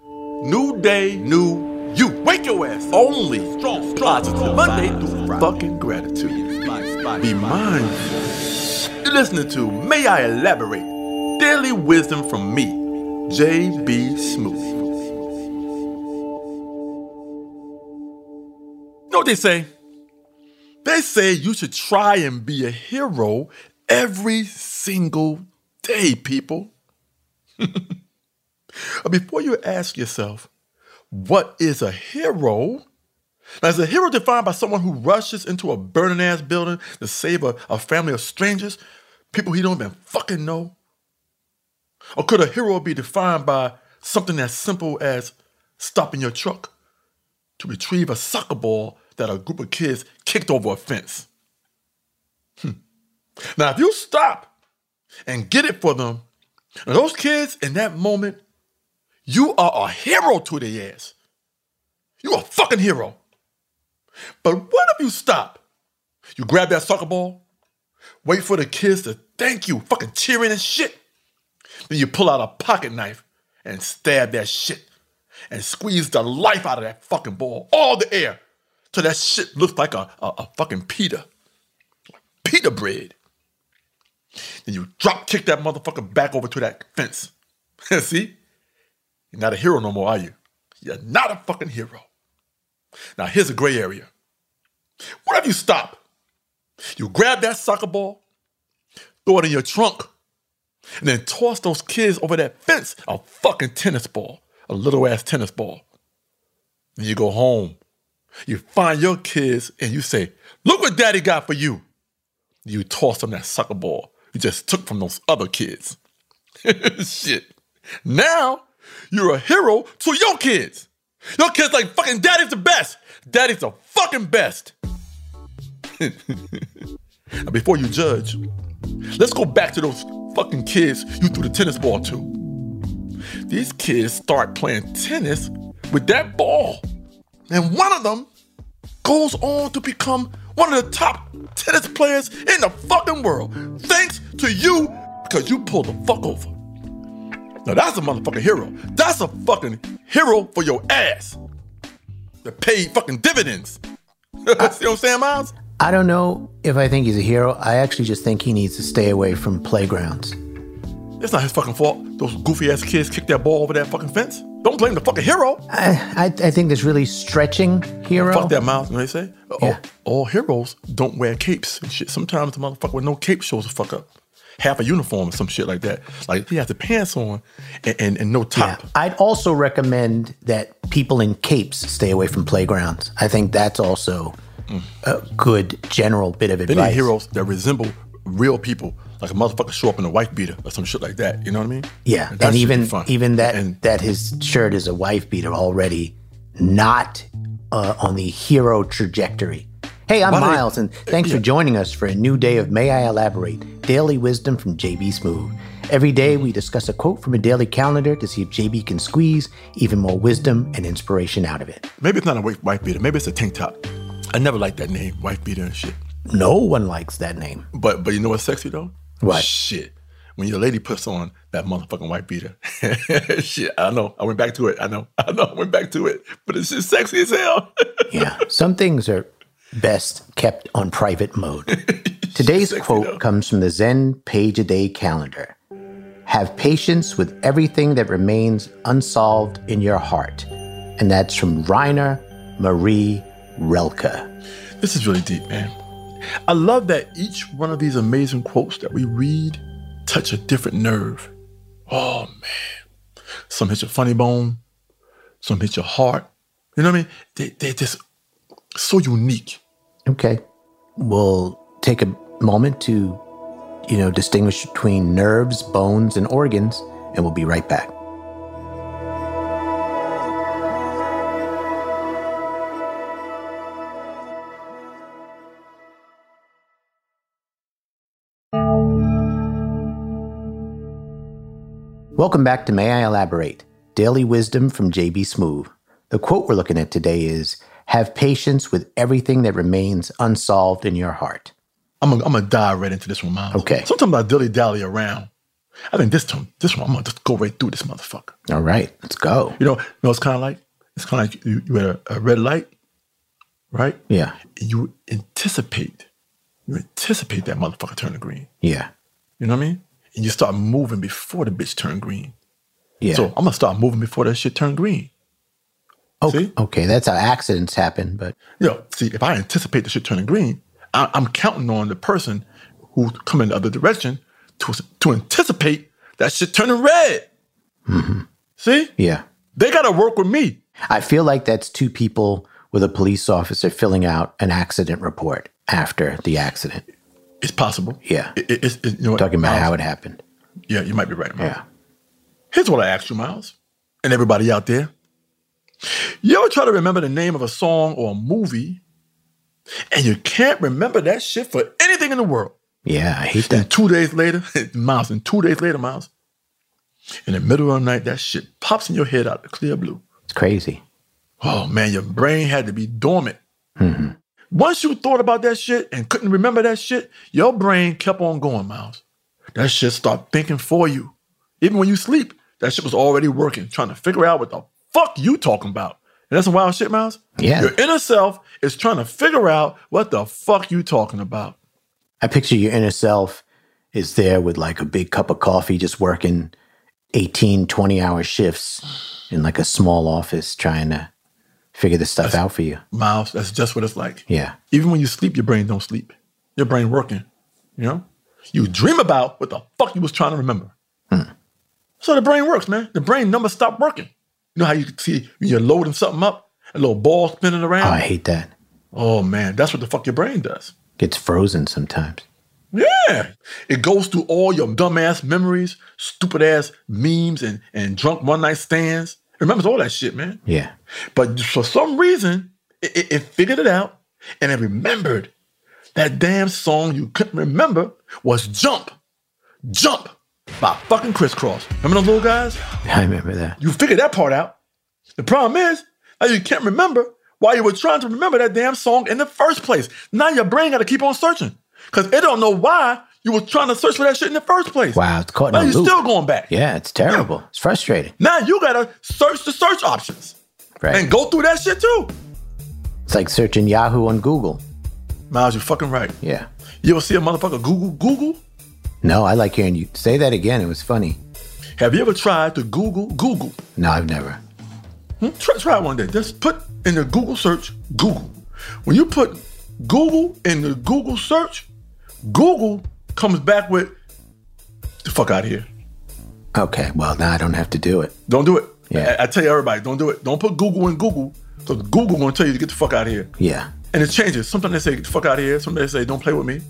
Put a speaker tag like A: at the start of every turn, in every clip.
A: New day, new you. Wake your ass. Only strong, positive. Monday through fucking gratitude. Be mindful. You're listening to May I Elaborate? Daily wisdom from me, JB Smooth. Know what they say? They say you should try and be a hero every single day, people. But Before you ask yourself, what is a hero? Now, is a hero defined by someone who rushes into a burning ass building to save a, a family of strangers, people he don't even fucking know? Or could a hero be defined by something as simple as stopping your truck to retrieve a soccer ball that a group of kids kicked over a fence? Hmm. Now, if you stop and get it for them, now those kids in that moment, you are a hero to their ass. You a fucking hero. But what if you stop? You grab that soccer ball, wait for the kids to thank you, fucking cheering and shit. Then you pull out a pocket knife and stab that shit and squeeze the life out of that fucking ball, all the air, till that shit looks like a, a, a fucking pita. Pita bread. Then you drop kick that motherfucker back over to that fence. See? You're not a hero no more, are you? You're not a fucking hero. Now, here's a gray area. What if you stop? You grab that soccer ball, throw it in your trunk, and then toss those kids over that fence a fucking tennis ball, a little ass tennis ball. Then you go home. You find your kids and you say, Look what daddy got for you. You toss them that soccer ball you just took from those other kids. Shit. Now you're a hero to your kids. Your kids like fucking daddy's the best. Daddy's the fucking best. Now, before you judge, let's go back to those fucking kids you threw the tennis ball to. These kids start playing tennis with that ball. And one of them goes on to become one of the top tennis players in the fucking world. Thanks to you, because you pulled the fuck over. Now that's a motherfucking hero. That's a fucking hero for your ass. That paid fucking dividends. See what I'm saying, Miles?
B: I don't know if I think he's a hero. I actually just think he needs to stay away from playgrounds.
A: It's not his fucking fault. Those goofy ass kids kicked that ball over that fucking fence. Don't blame the fucking hero.
B: I, I, I think that's really stretching hero.
A: Fuck that mouth, you know what they say? Uh,
B: Yeah.
A: All, all heroes don't wear capes and shit. Sometimes the motherfucker with no cape shows a fuck up. Half a uniform or some shit like that. Like he has the pants on and, and, and no top.
B: I'd also recommend that people in capes stay away from playgrounds. I think that's also a good general bit of
A: Hmm. They need
B: advice.
A: heroes that resemble real people. Like a motherfucker show up in a wife beater or some shit like that. You know what I mean?
B: Yeah,
A: that
B: and
A: should be
B: even
A: fun.
B: even that
A: And-
B: that his shirt is a wife beater already, not uh, on the hero trajectory. Hey, I'm
A: Why do they-
B: Miles, and thanks for joining us for a new day of May I Elaborate Daily Wisdom from JB Smooth. Every day we discuss a quote from a daily calendar to see if JB can squeeze even more wisdom and inspiration out of it.
A: Maybe it's not a wife, wife beater. Maybe it's a tank top. I never liked that name, wife beater and shit.
B: No one likes that name.
A: But but you know what's sexy though?
B: What?
A: Shit. When your lady puts on that motherfucking white beater. shit, I know. I went back to it. I know. I know. I went back to it. But it's just sexy as hell.
B: Yeah, some things are best kept on private mode. Today's quote
A: though.
B: comes from the Zen Page a Day calendar Have patience with everything that remains unsolved in your heart. And that's from Rainer Marie Relke.
A: This is really deep, man. I love that each one of these amazing quotes that we read touch a different nerve. Oh man. Some hit your funny bone, some hit your heart. You know what I mean? They they're just so unique.
B: Okay. We'll take a moment to, you know, distinguish between nerves, bones, and organs, and we'll be right back. Welcome back to May I Elaborate Daily Wisdom from JB Smoove. The quote we're looking at today is Have patience with everything that remains unsolved in your heart.
A: I'm gonna I'm gonna dive right into this one, Miles.
B: Okay.
A: Sometimes I dilly dally around, I think this time, this one, I'm gonna just go right through this motherfucker.
B: All right, let's go.
A: You know, you know it's kind of like it's kind of like you, you had a, a red light, right?
B: Yeah,
A: And you anticipate, you anticipate that motherfucker turning green.
B: yeah,
A: You know what I mean? And you start moving before the bitch turn green.
B: yeah.
A: So I'm gonna start moving before that shit turn green.
B: okay,
A: see?
B: okay, that's how accidents happen. But
A: You know, see, if I anticipate the shit turning green, I, I'm counting on the person who's coming the other direction to to anticipate that shit turning red.
B: Mm-hmm.
A: See,
B: yeah,
A: they gotta work with me.
B: I feel like that's two people with a police officer filling out an accident report after the accident,
A: It's possible.
B: Yeah.
A: It- it- it's- it- you know what?
B: talking about
A: Miles,
B: how it happened.
A: Yeah, you might be right, Miles.
B: Yeah,
A: Here's what I ask you, Miles, and everybody out there. You ever try to remember the name of a song or a movie, and you can't remember that shit for anything in the world?
B: yeah, I hate
A: And
B: that.
A: two days later, Miles, and two days later, Miles, in the middle of the night, that shit pops in your head out of clear blue.
B: It's crazy.
A: Oh man, your brain had to be dormant. Once you thought about that shit and couldn't remember that shit, your brain kept on going, Miles. That shit start thinking for you. Even when you sleep, that shit was already working, trying to figure out what the fuck you talking about. And that's some wild shit, Miles.
B: Yeah.
A: Your inner self is trying to figure out what the fuck you talking about.
B: I picture your inner self is there with like a big cup of coffee, just working 18, 20 hour shifts in like a small office trying to figure this stuff out for you.
A: Miles, that's just what it's like.
B: Yeah.
A: Even when you sleep, your brain don't sleep. Your brain working. You know? You dream about what the fuck you was trying to remember. So the brain works, man. The brain numbers stop working. You know how you can see when you're loading something up, a little ball spinning
B: Oh,
A: around?
B: I hate that.
A: Oh man, that's what the fuck your brain does.
B: Gets frozen sometimes.
A: Yeah. It goes through all your dumbass memories, stupid ass memes and, and drunk one night stands. It remembers all that shit, man.
B: Yeah.
A: But for some reason, it, it, it figured it out and it remembered that damn song you couldn't remember was Jump. Jump by fucking crisscross. Remember those little guys?
B: I remember that.
A: You figured that part out. The problem is, now you can't remember why you were trying to remember that damn song in the first place. Now your brain got to keep on searching because it don't know why you were trying to search for that shit in the first place.
B: Wow, it's caught in
A: Now
B: a
A: you're
B: loop.
A: still going back.
B: yeah, it's terrible. It's frustrating.
A: Now you got to search the search options
B: Right.
A: and go through that shit too.
B: It's like searching Yahoo on Google.
A: Miles, you're fucking right.
B: Yeah.
A: You ever see a motherfucker Google Google?
B: No, I like hearing you say that again. It was funny.
A: Have you ever tried to Google Google?
B: No, I've never.
A: Hmm? Try, try it one day. Just put in the Google search Google. When you put Google in the Google search, Google comes back with the fuck out of here.
B: Okay, well, now I don't have to do it.
A: Don't do it.
B: Yeah.
A: I, I tell you everybody, don't do it. Don't put Google in Google because Google gonna tell you to get the fuck out of here.
B: Yeah.
A: And it changes. Sometimes they say get the fuck out of here. Sometimes they say don't play with me.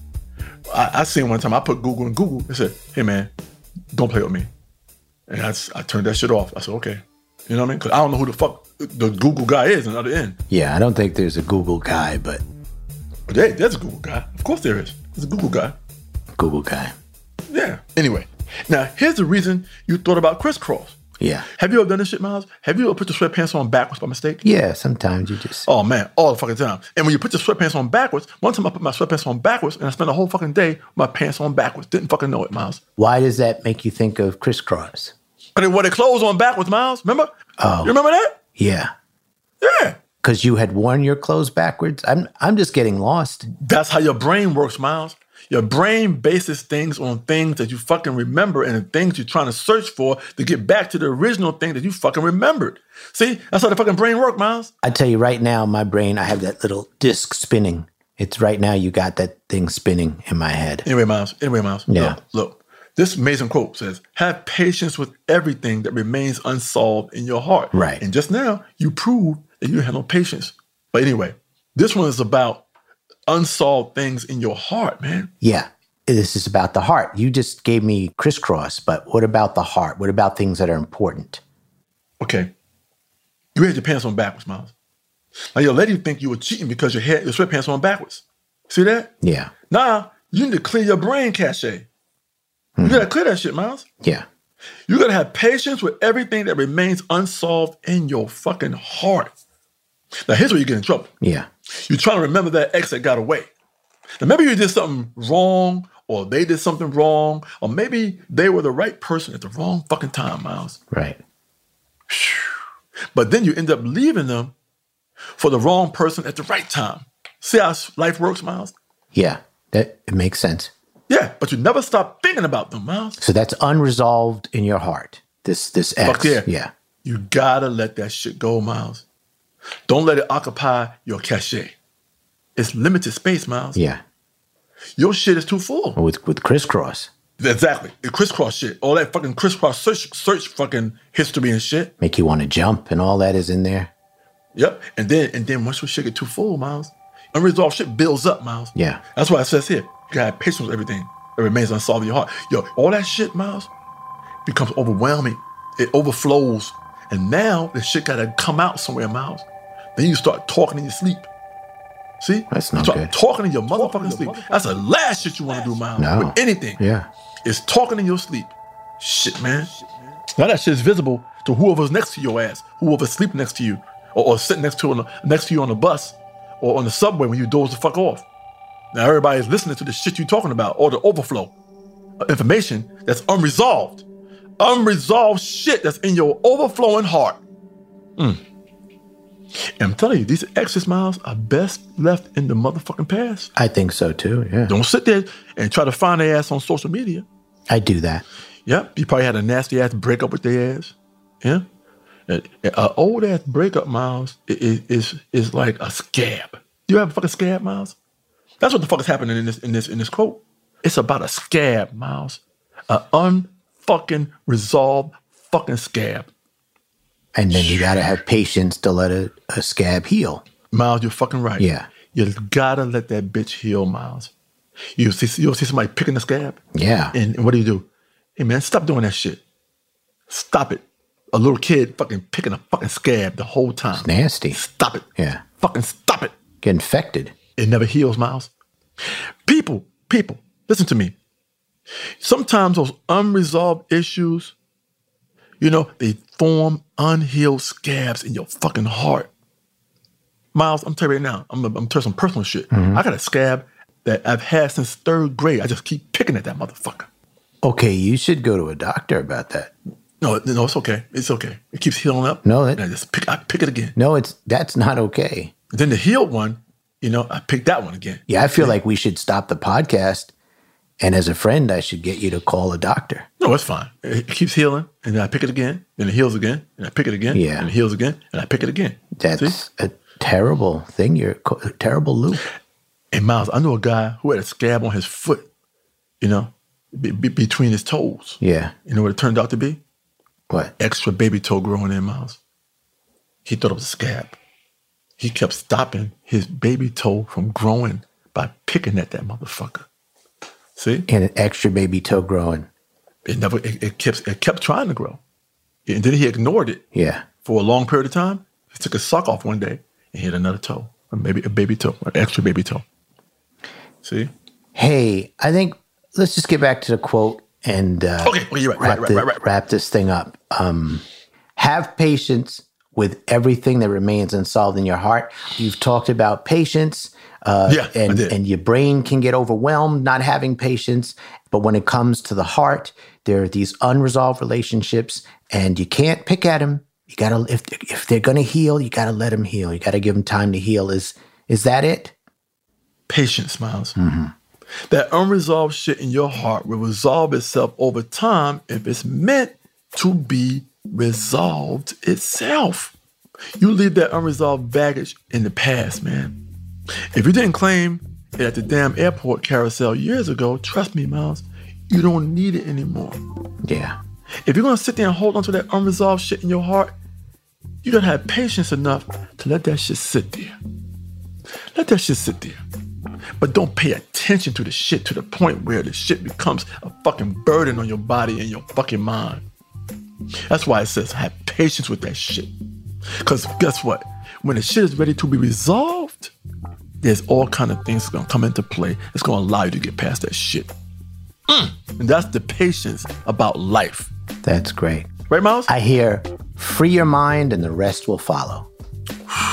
A: I, I seen one time I put Google in Google. They said, hey man, don't play with me. And I, s- I turned that shit off. I said, okay. You know what I mean? Because I don't know who the fuck the Google guy is on the other end.
B: Yeah, I don't think there's a Google guy, but
A: But hey, there's a Google guy. Of course there is. There's a Google guy.
B: Google guy.
A: Yeah. Anyway, now here's the reason you thought about crisscross.
B: Yeah.
A: Have you ever done this shit, Miles? Have you ever put your sweatpants on backwards by mistake?
B: Yeah, sometimes you just.
A: Oh man, all the fucking time. And when you put your sweatpants on backwards, one time I put my sweatpants on backwards and I spent a whole fucking day with my pants on backwards. Didn't fucking know it, Miles.
B: Why does that make you think of crisscross?
A: And they wore their clothes on backwards, Miles. Remember? Oh. You remember that?
B: Yeah.
A: Yeah.
B: Because you had worn your clothes backwards? I'm, I'm just getting lost.
A: That's how your brain works, Miles. Your brain bases things on things that you fucking remember and the things you're trying to search for to get back to the original thing that you fucking remembered. See, that's how the fucking brain works, Miles.
B: I tell you right now, my brain, I have that little disc spinning. It's right now you got that thing spinning in my head.
A: Anyway, Miles. Anyway, Miles.
B: Yeah.
A: Look, look, this amazing quote says, "Have patience with everything that remains unsolved in your heart."
B: Right.
A: And just now, you proved that you have no patience. But anyway, this one is about unsolved things in your heart, man.
B: Yeah. This is about the heart. You just gave me crisscross, but what about the heart? What about things that are important?
A: Okay. You had your pants on backwards, Miles. Now your lady think you were cheating because you had your sweatpants on backwards. See that?
B: Yeah.
A: Nah, you need to clear your brain cache.
B: Hmm.
A: You gotta clear that shit, Miles.
B: Yeah.
A: You gotta have patience with everything that remains unsolved in your fucking heart. Now here's where you get in trouble.
B: Yeah.
A: You're trying to remember that ex that got away. Now maybe you did something wrong or they did something wrong, or maybe they were the right person at the wrong fucking time, Miles.
B: Right.
A: But then you end up leaving them for the wrong person at the right time. See how s- life works, Miles?
B: Yeah. That it makes sense.
A: Yeah, but you never stop thinking about them, Miles.
B: So that's unresolved in your heart. This this X.
A: Fuck yeah.
B: yeah.
A: You gotta let that shit go, Miles. Don't let it occupy your cachet. It's limited space, Miles.
B: Yeah.
A: Your shit is too full.
B: With with crisscross.
A: Exactly. The crisscross shit. All that fucking crisscross search, search fucking history and shit.
B: Make you want to jump and all that is in there.
A: Yep. And then and then once your shit get too full, Miles, unresolved shit builds up, Miles.
B: Yeah.
A: That's why it says here, you gotta have patience with everything. It remains unsolved in your heart. Yo, all that shit, Miles, becomes overwhelming. It overflows. And now the shit gotta come out somewhere, Miles. Then you start talking in your sleep. See?
B: That's not
A: you start
B: good.
A: talking in your motherfucking sleep. That's the last shit you wanna do, Miles.
B: No.
A: With anything.
B: Yeah.
A: It's talking in your sleep. Shit, man. Now that shit's visible to whoever's next to your ass, whoever's sleeping next to you, or, or sitting next to on the, next to you on the bus or on the subway when you doze the fuck off. Now everybody's listening to the shit you're talking about or the overflow of information that's unresolved, unresolved shit that's in your overflowing heart. Mm. And I'm telling you, these exit miles are best left in the motherfucking past.
B: I think so too. Yeah.
A: Don't sit there and try to find their ass on social media.
B: I do that.
A: Yep, you probably had a nasty ass breakup with their ass. Yeah, an old ass breakup, Miles, i- i- is is like a scab. You have a fucking scab, Miles. That's what the fuck is happening in this in this in this quote. It's about a scab, Miles, a unfucking resolved fucking scab,
B: And then you gotta have patience to let a, a scab heal.
A: Miles. You're fucking right.
B: Yeah.
A: you gotta let that bitch heal, Miles. You see, you'll see somebody picking the scab.
B: Yeah.
A: And what do you do? Hey man, stop doing that shit. Stop it. A little kid fucking picking a fucking scab the whole time.
B: Nasty.
A: Stop it.
B: Yeah.
A: Fucking stop it.
B: Get infected.
A: It never heals, Miles. People, people, listen to me. Sometimes those unresolved issues, you know, they form unhealed scabs in your fucking heart. Miles, I'm telling you right now, I'm, I'm telling you some personal shit. I got a scab that I've had since third grade. I just keep picking at that motherfucker.
B: Okay, you should go to a doctor about that.
A: No, it- no, it's okay. It's okay. It keeps healing up.
B: No, it-
A: and I just pick. I pick it again.
B: No, it's that's not okay.
A: Then the healed one, you know, I pick that one again.
B: Yeah, I feel like we should stop the podcast. And as a friend, I should get you to call a doctor.
A: No, it's fine. It, it keeps healing, and then I pick it again, and it heals again, and I pick it again,
B: Yeah.
A: and it heals again, and I pick it again. See?
B: That's a terrible thing. You're co- a terrible loop.
A: And Miles, I know a guy who had a scab on his foot, you know, be, be- between his toes.
B: Yeah.
A: You know what it turned out to be?
B: What?
A: Extra baby toe growing in, Miles. He thought it was a scab. He kept stopping his baby toe from growing by picking at that motherfucker. See?
B: And an extra baby toe growing.
A: it never it, it kept it kept trying to grow and then he ignored it
B: Yeah.
A: for a long period of time he took a sock off one day and hit another toe or maybe a baby toe an extra baby toe see
B: Hey, I think let's just get back to the quote and uh,
A: Okay, well, you're right,
B: wrap,
A: right,
B: the-
A: right, right, right.
B: wrap this thing up. Um, have patience with everything that remains unsolved in your heart. You've talked about patience. Uh,
A: Yeah, I
B: and,
A: did.
B: and your brain can get overwhelmed not having patience. But when it comes to the heart, there are these unresolved relationships, and you can't pick at them. You gotta if if they're gonna heal, you gotta let them heal. You gotta give them time to heal. Is is that it?
A: patience miles that unresolved shit in your heart will resolve itself over time if it's meant to be resolved itself you leave that unresolved baggage in the past man If you didn't claim it at the damn airport carousel years ago, trust me, Miles, you don't need it anymore.
B: Yeah,
A: If you're gonna sit there and hold on to that unresolved shit in your heart, you gotta have patience enough to let that shit sit there. Let that shit sit there. But don't pay attention to the shit to the point where the shit becomes a fucking burden on your body and your fucking mind. That's why it says have patience with that shit. Cause guess what? When the shit is ready to be resolved, there's all kind of things gonna come into play. It's gonna allow you to get past that shit. Mm. And that's the patience about life.
B: that's great.
A: Right, Miles?
B: I hear, free your mind and the rest will follow.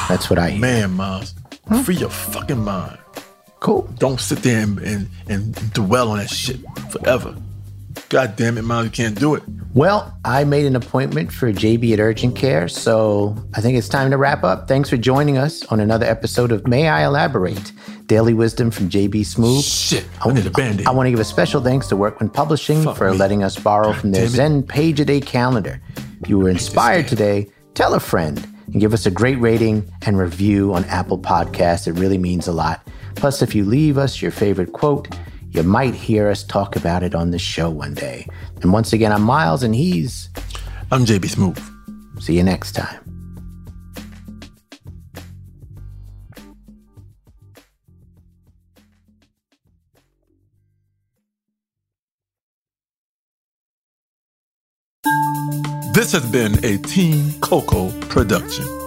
B: That's what I hear.
A: Man, Miles, free your fucking mind.
B: Cool.
A: Don't sit there and, and, and dwell on that shit forever. God damn it, Miles, you can't do it.
B: Well, I made an appointment for JB at Urgent Care, so I think it's time to wrap up. Thanks for joining us on another episode of May I Elaborate Daily Wisdom from JB Smooth.
A: Shit, I need a band-aid.
B: I want to give a special thanks to Workman Publishing
A: Fuck
B: for
A: me.
B: letting us borrow from their
A: damn it.
B: Zen Page a Day calendar. If you were inspired today, tell a friend and give us a great rating and review on Apple Podcasts. It really means a lot. Plus, if you leave us your favorite quote, you might hear us talk about it on the show one day. And once again, I'm Miles, and he's.
A: I'm JB Smooth.
B: See you next time.
A: This has been a Team Coco production.